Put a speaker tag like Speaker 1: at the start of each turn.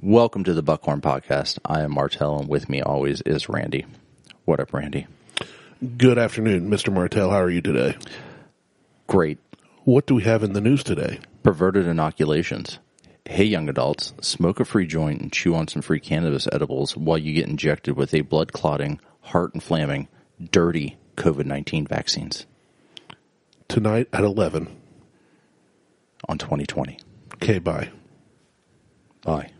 Speaker 1: Welcome to the Buckhorn Podcast. I am Martell, and with me always is Randy. What up, Randy?
Speaker 2: Good afternoon, Mr. Martell. How are you today?
Speaker 1: Great.
Speaker 2: What do we have in the news today?
Speaker 1: Perverted inoculations. Hey, young adults, smoke a free joint and chew on some free cannabis edibles while you get injected with a blood clotting, heart inflaming, dirty COVID 19 vaccines
Speaker 2: Tonight at 11.
Speaker 1: on 2020.
Speaker 2: Okay, bye.
Speaker 1: Bye.